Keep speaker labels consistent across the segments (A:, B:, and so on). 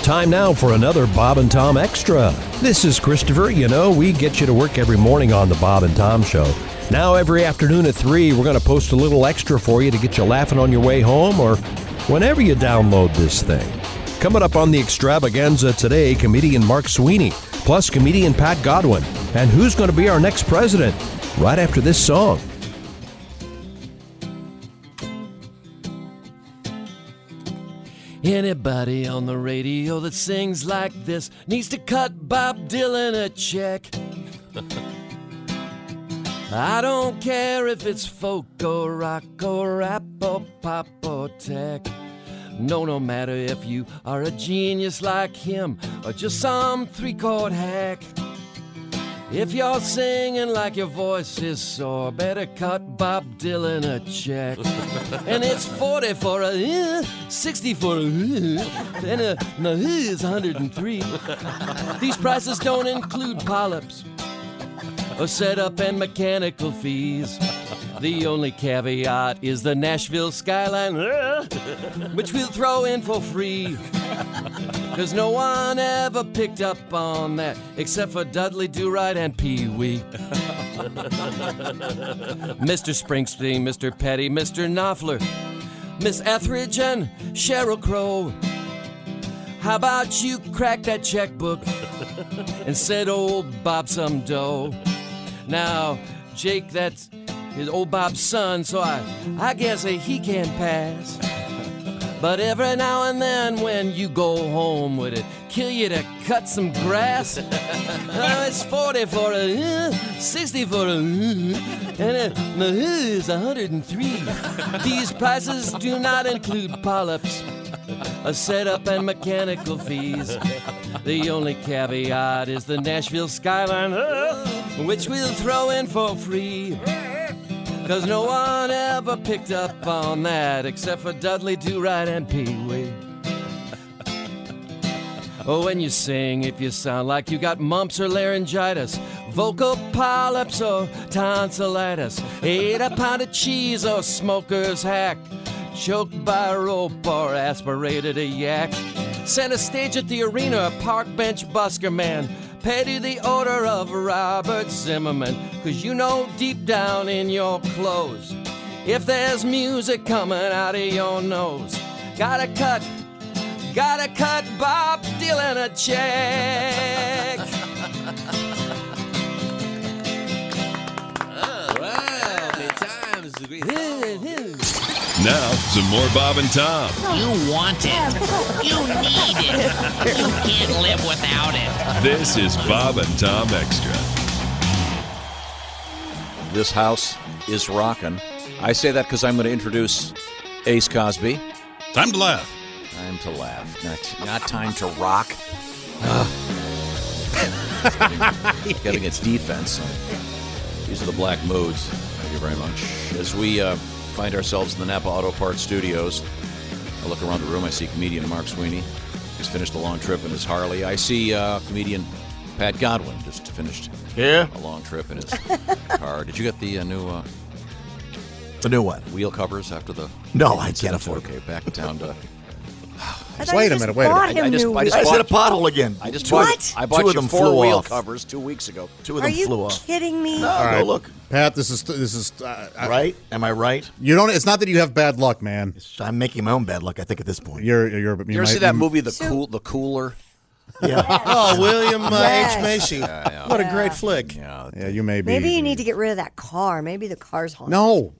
A: Time now for another Bob and Tom Extra. This is Christopher. You know, we get you to work every morning on the Bob and Tom Show. Now, every afternoon at 3, we're going to post a little extra for you to get you laughing on your way home or whenever you download this thing. Coming up on the extravaganza today, comedian Mark Sweeney, plus comedian Pat Godwin. And who's going to be our next president? Right after this song.
B: Anybody on the radio that sings like this needs to cut Bob Dylan a check. I don't care if it's folk or rock or rap or pop or tech. No, no matter if you are a genius like him or just some three chord hack. If you're singing like your voice is sore, better cut Bob Dylan a check. and it's 40 for a, uh, 60 for a, uh, and a, and a, uh, is 103. These prices don't include polyps or setup and mechanical fees. The only caveat is the Nashville skyline, uh, which we'll throw in for free. Cause no one ever picked up on that except for Dudley Do Right and Pee Wee. Mr. Springsteen, Mr. Petty, Mr. Knopfler, Miss Etheridge, and Cheryl Crow. How about you crack that checkbook and send old Bob some dough? Now, Jake, that's his old Bob's son, so I, I guess he can pass. But every now and then when you go home, would it kill you to cut some grass? Oh, it's 40 for a, uh, 60 for a, uh, and uh, the uh, is 103. These prices do not include polyps, a setup and mechanical fees. The only caveat is the Nashville skyline, uh, which we'll throw in for free. Cause no one ever picked up on that except for Dudley Do Right and Pee Wee. Oh, when you sing, if you sound like you got mumps or laryngitis, vocal polyps or tonsillitis, ate a pound of cheese or smoker's hack, choked by a rope or aspirated a yak, center stage at the arena, a park bench busker man, petty the odor of Robert Zimmerman, 'cause you know deep down in your clothes, if there's music coming out of your nose, gotta cut, gotta cut Bob Dylan a check. Oh,
C: Wow, times.
D: Now, some more Bob and Tom.
E: You want it. You need it. You can't live without it.
D: This is Bob and Tom Extra.
F: This house is rocking. I say that because I'm going to introduce Ace Cosby.
G: Time to laugh.
F: Time to laugh, not, not time to rock. Ugh. He's Getting its defense. These are the black moods. Thank you very much. As we uh, find ourselves in the Napa Auto Parts Studios, I look around the room. I see comedian Mark Sweeney. He's finished a long trip in his Harley. I see uh, comedian Pat Godwin just finished
H: Yeah.
F: a long trip in his car. Did you get the uh, new uh,
H: The new one.
F: wheel covers after the?
H: No, I
F: incident?
H: can't afford it.
F: Okay, back down to.
I: I thought
G: Wait
I: you
G: a minute,
I: just
G: wait a minute.
I: bought
F: I-
I: Him
F: I just-
I: new
F: I just
H: I
I: wheels.
H: hit a pothole again.
F: I just
I: What?
F: bought. I bought
H: Two of
F: you
H: them
F: four
H: flew
F: wheel
H: off.
F: covers two weeks ago.
H: Two of
I: Are
H: them
I: you
H: flew off.
I: kidding me?
H: No,
G: All
H: no,
G: right,
H: look.
G: Pat. This is this is uh, I-
H: Right? Am I right?
G: You don't. It's not that you have bad luck, man.
H: I'm making my own bad luck. I think at this point.
G: You're you're. You,
F: You ever
G: might-
F: see that
H: Mm.
G: you-
F: movie, The
I: So-
F: Cool, The Cooler?
H: Yeah.
G: Oh, William uh,
I: Yes.
G: H Macy. What a great flick. Yeah,
F: Yeah.
G: you may be.
I: Maybe you need to get rid of that car. Maybe the car's haunted.
G: No,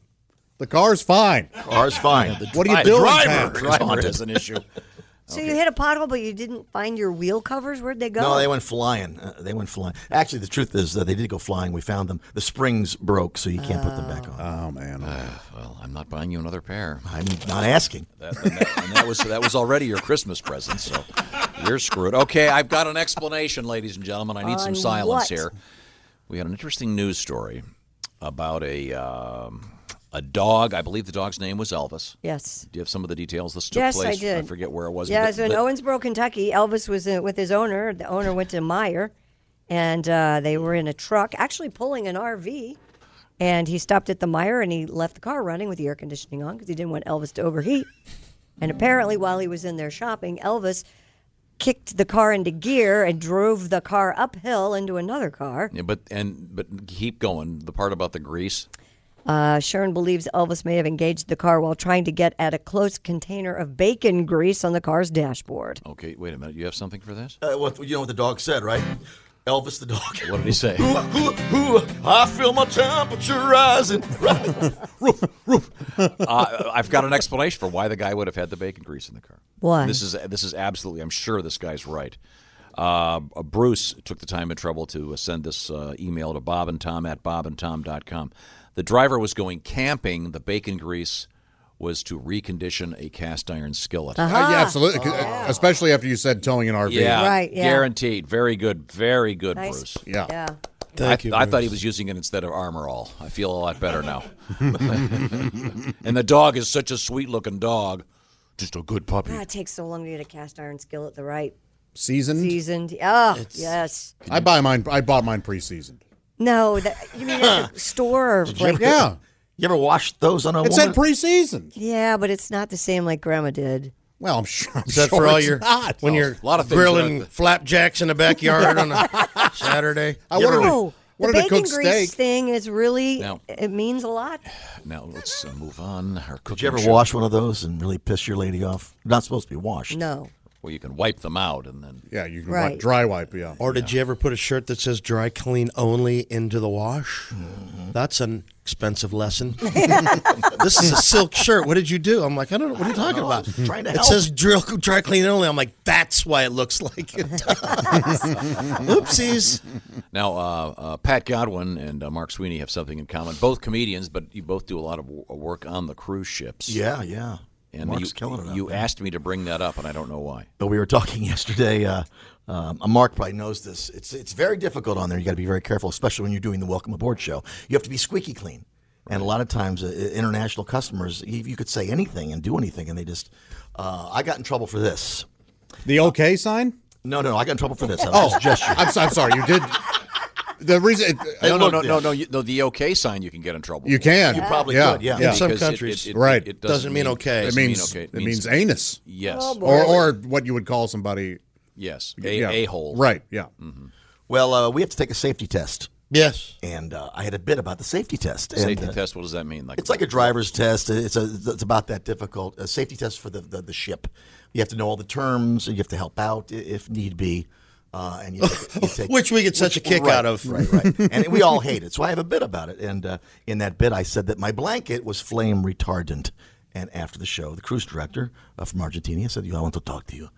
G: the car's fine.
H: Car's fine.
G: What are you
H: The
G: doing,
H: driver,
G: Pat?
H: driver
F: Haunted.
H: is an issue.
I: So you hit a pothole, but you didn't find your wheel covers. Where'd they go?
H: No, they went flying. Uh, they went flying. Actually, the truth is that they did go flying. We found them. The springs broke, so you can't put them back on.
G: Oh man.
F: Well, I'm not buying you another pair.
H: I'm not asking.
F: That, and, that, and that was that was already your Christmas present, so you're screwed. Okay, I've got an explanation, ladies and gentlemen. I need some
I: On
F: silence
I: what?
F: here. We had an interesting news story about a um, a dog. I believe the dog's name was Elvis.
I: Yes.
F: Do you have some of the details? This took
I: Yes, I
F: place.
I: did.
F: forget where it was.
I: Yeah,
F: but-
I: it was in
F: but-
I: Owensboro, Kentucky. Elvis was in, with his owner. The owner went to Meyer, and uh, they were in a truck, actually pulling an RV. And he stopped at the Meyer and he left the car running with the air conditioning on because he didn't want Elvis to overheat. And apparently, while he was in there shopping, Elvis kicked the car into gear and drove the car uphill into another car.
F: Yeah, but and but keep going. The part about the grease.
I: Uh, Sharon believes Elvis may have engaged the car while trying to get at a close container of bacon grease on the car's dashboard.
F: Okay, wait a minute. You have something for this?
H: Uh, what, you know what the dog said, right? Elvis the dog.
F: What did he say?
H: Ooh, ooh, ooh, I feel my temperature rising. roof, roof.
F: uh, I've got an explanation for why the guy would have had the bacon grease in the car.
I: Why?
F: This is this is absolutely. I'm sure this guy's right. Uh, Bruce took the time and trouble to uh, send this uh, email to Bob and Tom at bobandtom.com. The driver was going camping. The bacon grease was to recondition a cast iron skillet.
I: Uh-huh.
G: Uh, yeah, absolutely. 'cause-
I: Oh.
G: Especially after you said towing an RV.
F: Yeah,
I: Right, yeah.
F: guaranteed. Very good, very good,
I: Nice.
F: Bruce.
G: Yeah.
I: Yeah.
F: I, I thought he was using it instead of armor all. I feel a lot better now. and the dog is such a sweet looking dog. Just a good puppy.
I: God, Ah, it takes so long to get a cast iron skillet the right
G: Seasoned.
I: seasoned. Oh, yes.
G: I buy mine. I bought mine pre-seasoned.
I: No, that, you mean at the store? or like-
G: yeah.
H: You ever washed those on a
G: It
H: woman?
G: said pre-seasoned.
I: yeah, but it's not the same like Grandma did.
G: Well, I'm sure. I'm
J: Is that
G: sure
J: for all
G: it's
J: your
G: not.
J: when you're
F: lot of things
J: grilling
F: that-
J: flapjacks in the backyard on a Saturday?
G: I wanted to-
I: No, Oh, the
G: wanted to
I: bacon
G: cook
I: grease
G: steak.
I: thing is really,
F: No.
I: it means a lot.
F: Now let's uh, move on. Our
H: Did you ever
F: cooking show-
H: wash one of those and really piss your lady off? Not supposed to be washed.
I: No.
F: Well, you can wipe them out and then.
G: Yeah, you can
I: Right.
G: wipe- dry wipe. Yeah.
J: Or did you ever put a shirt that says dry clean only into the wash?
G: Mm-hmm.
J: That's an expensive lesson. this is a silk shirt. What did you do? I'm like, I don't know. What are you talking
H: know. I
J: about?
H: was trying to
J: it
H: help.
J: says drill, dry clean only. I'm like, that's why it looks like it does. Oopsies.
F: Now, uh, uh, Pat Godwin and uh, Mark Sweeney have something in common. Both comedians, but you both do a lot of w- uh, work on the cruise ships.
H: Yeah, yeah.
F: And
H: Mark's
F: you,
H: killing it. out
F: You
H: there.
F: asked me to bring that up, and I don't know why.
H: But we were talking yesterday. Uh, um, uh, Mark probably knows this. It's it's very difficult on there. You got to be very careful, especially when you're doing the welcome aboard show. You have to be squeaky clean. And a lot of times, uh, international customers, you, you could say anything and do anything, and they just. Uh, I got in trouble for this.
G: The okay sign.
H: No, no, I got in trouble for this. I
G: Oh,
H: was just gesturing.
G: I'm, so- I'm sorry. You did. The reason it,
F: No, no,
H: looked
F: no,
H: at
F: no,
H: it.
F: no, you, no. The OK sign, you can get in trouble.
G: you can.
H: You probably
G: yeah.
H: could, yeah.
G: yeah.
J: In some
F: Because it-
J: countries.
F: it, it-
G: Right.
F: It doesn't,
J: Doesn't mean okay.
G: It
F: doesn't mean
G: means
F: okay.
G: it means anus,
F: yes,
G: or or what you would call somebody.
F: yes,
G: yeah.
F: a hole.
G: Right. Yeah.
H: Well, uh, we have to take a safety test,
J: Yes.
H: and uh, I had a bit about the safety test. And,
F: Safety
H: uh,
F: test. What does that mean? Like
H: It's like a driver's test. It's a, it's about that difficult. A safety test for the, the, the ship. You have to know all the terms. You have to help out i- if need be. Uh, and you take, you take-
J: Which we get such a kick
H: right,
J: out of.
H: Right, right. and we all hate it. So I have a bit about it. And uh, in that bit, I said that my blanket was flame retardant. And after the show, the cruise director uh, from Argentina said, "You, I want to talk to you.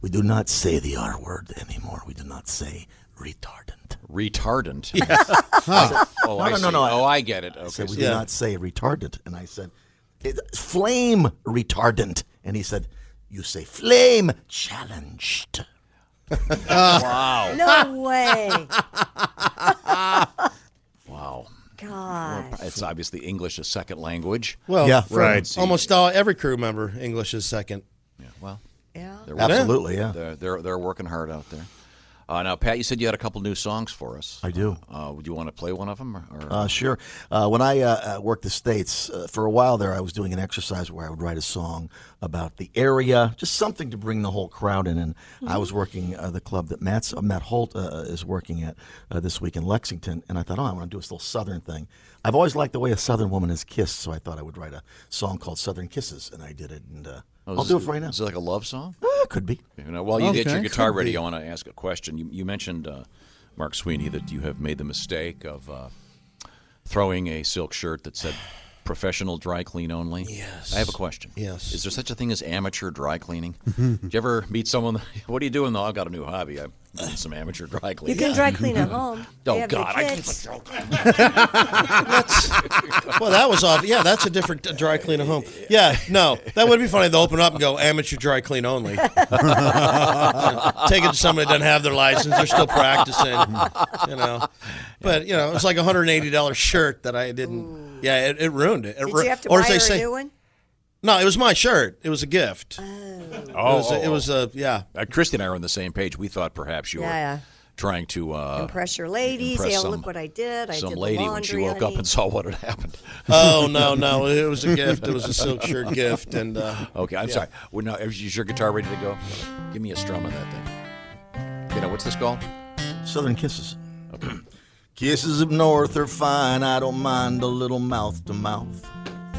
H: We do not say the R word anymore. We do not say retardant.
F: retardant. Oh, I
H: No, no,
F: see.
H: no, no, I-
F: Oh, I get it. Okay,
H: I said,
F: so
H: we do not say retardant. And I said, it, flame retardant. And he said, you say flame challenged.
F: Wow.
I: No way.
F: Wow.
I: God.
F: It's obviously English a second language.
J: Well,
H: Yeah,
J: for
G: right.
J: Almost all every crew member English is second.
F: Well,
I: Yeah.
F: they're
H: Absolutely, yeah.
F: They're, they're, they're working hard out there. Uh, now, Pat, you said you had a couple new songs for us.
H: I do.
F: Uh, would you want to play one of them? Or, or-
H: Uh, sure. Uh, when I uh, uh, worked the States, uh, for a while there, I was doing an exercise where I would write a song about the area, just something to bring the whole crowd in. And
F: Mm-hmm.
H: I was working uh, the club that Matt's, uh, Matt Holt uh, is working at uh, this week in Lexington. And I thought, oh, I want to do this little Southern thing. I've always liked the way a Southern woman is kissed, so I thought I would write a song called Southern Kisses. And I did it. And uh, I'll
F: Oh, is
H: do it for you now.
F: Is it like a love song?
H: Ah, could be.
F: You know, while you get your
G: Okay,
F: guitar
G: could
F: ready,
G: be.
F: I want to ask a question. You, you mentioned, uh, Mark Sweeney, that you have made the mistake of uh, throwing a silk shirt that said professional dry clean only. Yes. I have a question.
J: Yes.
F: Is there such a thing as amateur dry cleaning? Did you ever meet someone? What are you doing though? I've got a new hobby. I'm doing some amateur dry
I: You
F: cleaning.
I: can dry clean at home. They
F: Oh
I: have the
F: God! I keep
I: kits.
F: a joke.
J: Well, that was off. Yeah, that's a different dry clean at home. Yeah, no, that would be funny to open up and go amateur dry clean only. Take it to somebody that doesn't have their license; they're still practicing, you know. But you know, it's like a hundred and eighty dollar shirt that I didn't. Yeah, it, it ruined it. It
I: Did
J: ru-
I: you have to
J: or
I: buy
J: as they
I: her
J: say-
I: a new one?
J: No, it was my shirt. It was a gift.
F: Oh,
J: it was. A, it was a yeah.
F: Uh, Christy and I are on the same page. We thought perhaps you were
I: Yeah, yeah.
F: trying to uh,
I: Impress your ladies.
F: impress
I: hey,
F: some-
I: look what I did. I
F: some
I: did the
F: lady when she
I: laundry,
F: woke up
I: honey.
F: and saw what had happened.
J: Oh no, no, it was a gift. It was a silk shirt gift, and uh,
F: Okay, I'm sorry. Well, now, is is your guitar ready to go? Give me a strum on that thing. Okay, now what's this called?
H: Southern Kisses. Kisses up north are fine. I don't mind a little mouth to mouth.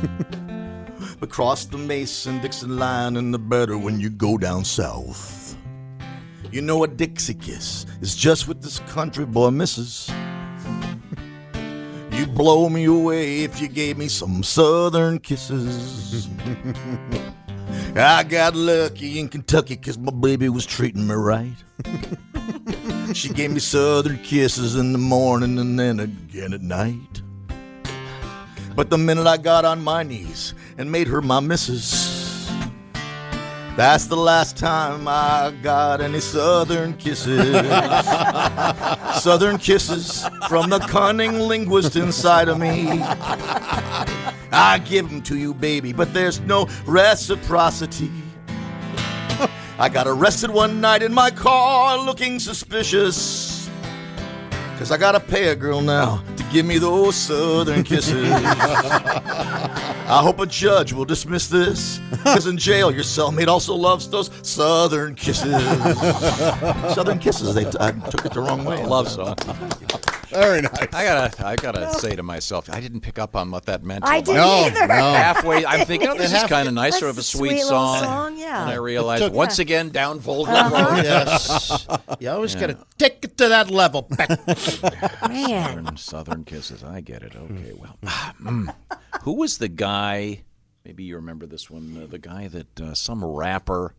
H: But cross the Mason Dixon line, and the better when you go down south. You know, a Dixie kiss is just what this country boy misses. You'd blow me away if you gave me some southern kisses. I got lucky in Kentucky 'cause my baby was treating me right. she gave me southern kisses in the morning and then again at night. But the minute I got on my knees and made her my missus, that's the last time I got any southern kisses. southern kisses from the cunning linguist inside of me. I give 'em to you, baby, but there's no reciprocity. I got arrested one night in my car looking suspicious. Cause I gotta pay a girl now to give me those southern kisses. I hope a judge will dismiss this. Cause in jail, your cellmate also loves those southern kisses. southern kisses, they I took it the wrong way.
F: I love song.
G: Very nice.
F: I gotta, I gotta say to myself, I didn't pick up on what that meant.
I: I
F: till
I: didn't
F: about
I: either. No, no.
F: Halfway, I'm thinking oh, this is
I: Half-
F: kind of nicer
I: That's
F: of a
I: a
F: sweet,
I: sweet little
F: song.
I: song, yeah.
F: And I realized
I: Took-
F: once
I: yeah.
F: again, down Volga
I: Uh-huh.
F: Road.
J: Yes. You always got to take it to that level.
I: Man.
F: Southern, Southern kisses. I get it.
J: Hmm.
F: Okay, well, Mm. who was the guy? Maybe you remember this one. Uh, the guy that uh, some rapper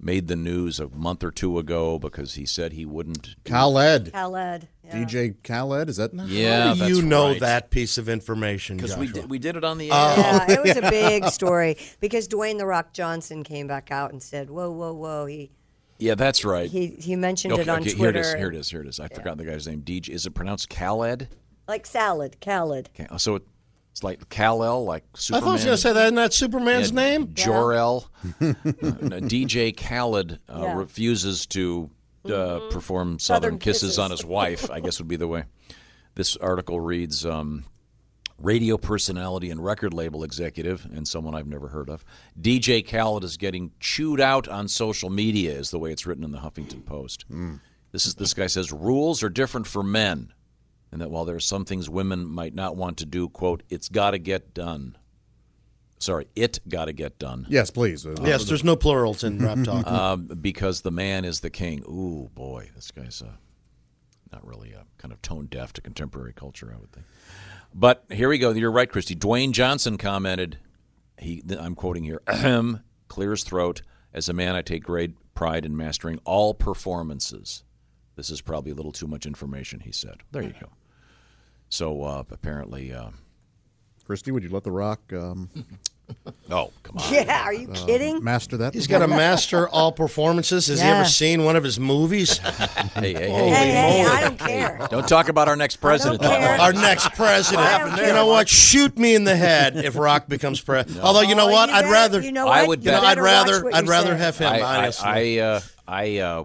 F: made the news a month or two ago because he said he wouldn't.
G: Khaled.
I: Khaled. Yeah.
G: DJ Khaled, is that?
F: Yeah,
J: How do
F: that's
J: you know
F: right.
J: that piece of information,
F: because
J: Joshua. Uh,
F: we did, we did it on the air.
I: Yeah, it was a big story because Dwayne the Rock Johnson came back out and said, "Whoa, whoa, whoa!" He
F: yeah, that's right.
I: he he mentioned
F: okay,
I: it on
F: okay, here it
I: Twitter,
F: is. Here it is. Here it is. I forgot the guy's name. DJ. Is it pronounced Khaled?
I: like salad, Khaled.
F: Okay, so it, it's like Kal-El, like
J: I
F: Superman.
J: thought I was going to say that. Isn't that Superman's
F: Yeah,
J: name?
F: Jor-El. Uh, no, DJ Khaled uh,
I: Yeah.
F: refuses to uh, perform Southern,
I: Southern
F: kisses.
I: kisses.
F: on his wife, I guess would be the way. This article reads um, Radio personality and record label executive, and someone I've never heard of. DJ Khaled is getting chewed out on social media, is the way it's written in the Huffington Post. This, is, this guy says rules are different for men, and that while there are some things women might not want to do, quote, it's got to get done. Sorry, it got to get done
G: Yes, please. Uh,
J: Yes, there's no plurals in rap talk.
F: um, because the man is the king. Ooh, boy, this guy's uh, not really uh, kind of tone deaf to contemporary culture, I would think. But here we go. You're right, Christy. Dwayne Johnson commented. He, th- I'm quoting here. Ahem, clear his throat. As a man, I take great pride in mastering all performances. This is probably a little too much information, he said. There you go. So uh, apparently, uh,
G: Christy, would you let The Rock um,
F: oh come on,
I: Yeah, are you
J: Oh,
I: kidding?
G: master that?
J: He's got to master all performances. Has he
I: Yeah.
J: ever seen one of his movies?
F: hey, hey,
I: hey,
F: hey,
I: hey, I don't care.
F: don't talk about our next president. that
I: care.
F: way.
J: Our next president. You know what? Shoot me in the head if Rock becomes president. Although you know
I: Oh,
J: what?
I: you
J: I'd
I: bet-
J: rather.
I: you know
F: I
I: what?
F: would
I: You
F: bet-
J: I'd
I: better watch
J: rather.
I: what
J: I'd
I: you
J: rather
I: said.
J: have him.
F: I,
J: honestly.
F: I, I, uh, I uh,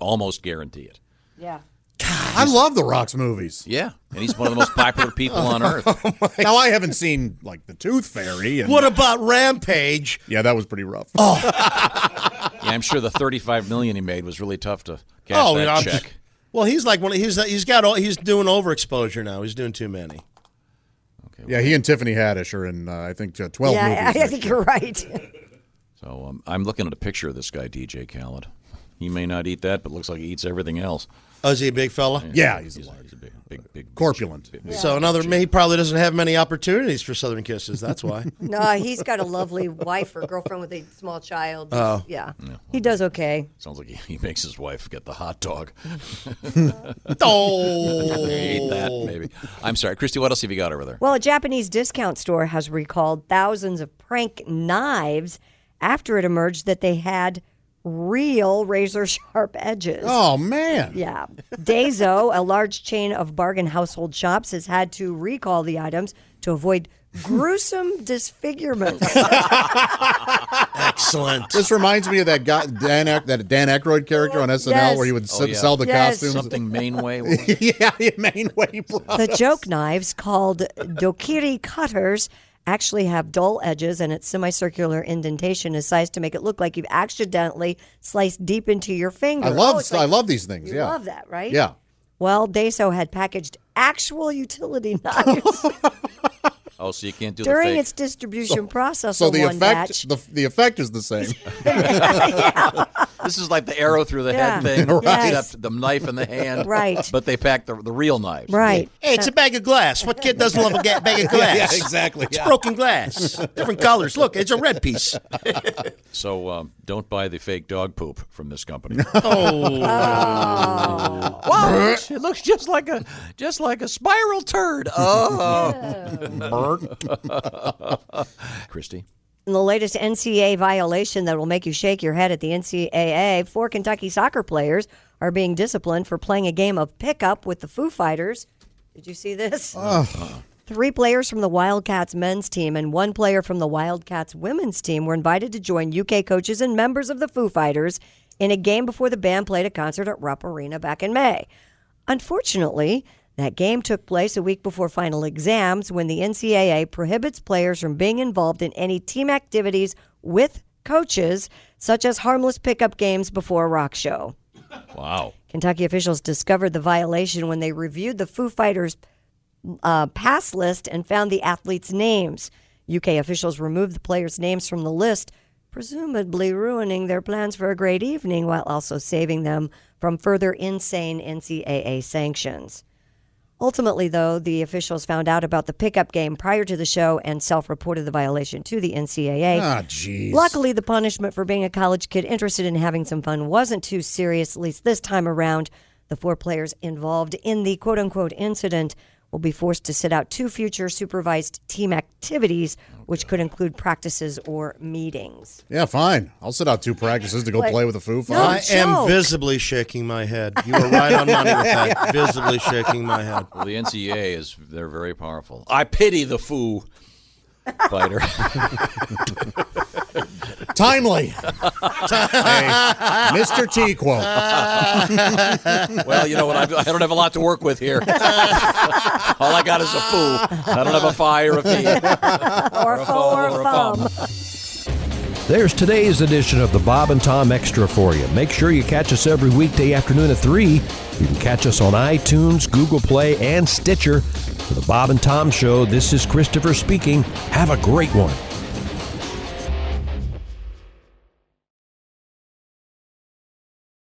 F: almost guarantee it.
I: Yeah.
G: I love The Rock's movies.
F: Yeah, and he's one of the most popular people on earth.
G: Now I haven't seen like The Tooth Fairy. And,
J: What about Rampage?
G: Yeah, that was pretty rough. Oh,
F: Yeah, I'm sure the 35 million he made was really tough to cash
J: Oh,
F: that
J: I'm-
F: check.
J: Well, he's like one. Of, he's he's got all. He's doing overexposure now. He's doing too many.
G: yeah, he and Tiffany Haddish are in uh, I think uh, twelve
I: yeah,
G: movies.
I: I- I,
G: next
I: think
G: year.
I: you're right.
F: So um, I'm looking at a picture of this guy, DJ Khaled. He may not eat that, but looks like he eats everything else.
J: Oh, is he a big fella?
G: Yeah, he's,
F: He's a,
G: alive.
F: he's a big, big, big.
G: corpulent.
J: So another. He probably doesn't have many opportunities for Southern Kisses. That's why.
I: no, he's got a lovely wife or girlfriend with a small child. Oh. Yeah. He does okay.
F: Sounds like he, he makes his wife get the hot dog.
J: oh.
F: Eat that, maybe. I'm sorry, Christy. What else have you got over there?
I: Well, a Japanese discount store has recalled thousands of prank knives after it emerged that they had real razor sharp edges.
G: Oh man.
I: Yeah. Daiso, a large chain of bargain household shops, has had to recall the items to avoid gruesome disfigurements.
J: Excellent.
G: This reminds me of that guy Dan Ack- that Dan Aykroyd character on SNL
I: Yes.
G: where he would s-
F: Oh, yeah.
G: sell the
I: Yes.
G: costumes.
F: Something Mainway. What was it?
G: yeah, the main way, bro.
I: the joke knives called dokiri cutters actually have dull edges and its semicircular indentation is sized to make it look like you've accidentally sliced deep into your finger.
G: I love
I: Oh, it's
G: st- I
I: like-
G: love these things.
I: You
G: yeah.
I: love that, right?
G: Yeah.
I: Well, Deso had packaged actual utility knives
F: Oh, so you can't do
I: during
F: the
I: its
F: fake.
I: distribution process
G: So
I: on
G: the
I: one
G: effect the, the effect is the same.
F: This is like the arrow through the
I: Yeah.
F: head thing,
I: Yes.
F: except the knife in the hand.
I: Right.
F: But they packed the, the real knife.
I: batch. Right.
J: Hey, it's a bag of glass. What kid doesn't love a ga- bag of glass?
G: Yeah, exactly,
J: It's
G: yeah.
J: broken glass, different colors. Look, it's a red piece.
F: So um, don't buy the fake dog poop from this company.
I: Oh.
F: Wow, it looks just like a just like a spiral turd. Oh, Christy.
I: And the latest NCAA violation that will make you shake your head at the NCAA, four Kentucky soccer players are being disciplined for playing a game of pickup with the Foo Fighters. Did you see
G: Oh.
I: this? Three players from the Wildcats men's team and one player from the Wildcats women's team were invited to join UK coaches and members of the Foo Fighters in a game before the band played a concert at Rupp Arena back in May. Unfortunately, that game took place a week before final exams when the NCAA prohibits players from being involved in any team activities with coaches, such as harmless pickup games before a rock show.
F: Wow.
I: Kentucky officials discovered the violation when they reviewed the Foo Fighters' uh, pass list and found the athletes' names. UK officials removed the players' names from the list, presumably ruining their plans for a great evening while also saving them from further insane NCAA sanctions. Ultimately, though, the officials found out about the pickup game prior to the show and self reported the violation to the NCAA.
G: Ah, jeez.
I: Luckily, the punishment for being a college kid interested in having some fun wasn't too serious, at least this time around. The four players involved in the quote unquote incident will be forced to sit out two future supervised team activities, which could include practices or meetings.
G: Yeah, fine. I'll sit out two practices to go
I: Like-
G: play with a foo
I: No,
G: fight.
J: I am
I: joke.
J: visibly shaking my head. You were right on money with that. Visibly shaking my head.
F: Well, the NCAA is they're very powerful. I pity the foo fighter.
G: Timely. Hey, Mr. T quote.
F: well, you know what? I've, I don't have a lot to work with here. All I got is a foo. I don't have a fire, a fee,
I: Or,
F: a
I: a
F: foe,
I: or,
F: or a
I: foam.
F: bum.
A: There's today's edition of the Bob and Tom Extra for you. Make sure you catch us every weekday afternoon at 3. You can catch us on iTunes, Google Play, and Stitcher. For the Bob and Tom Show, this is Christopher speaking. Have a great one.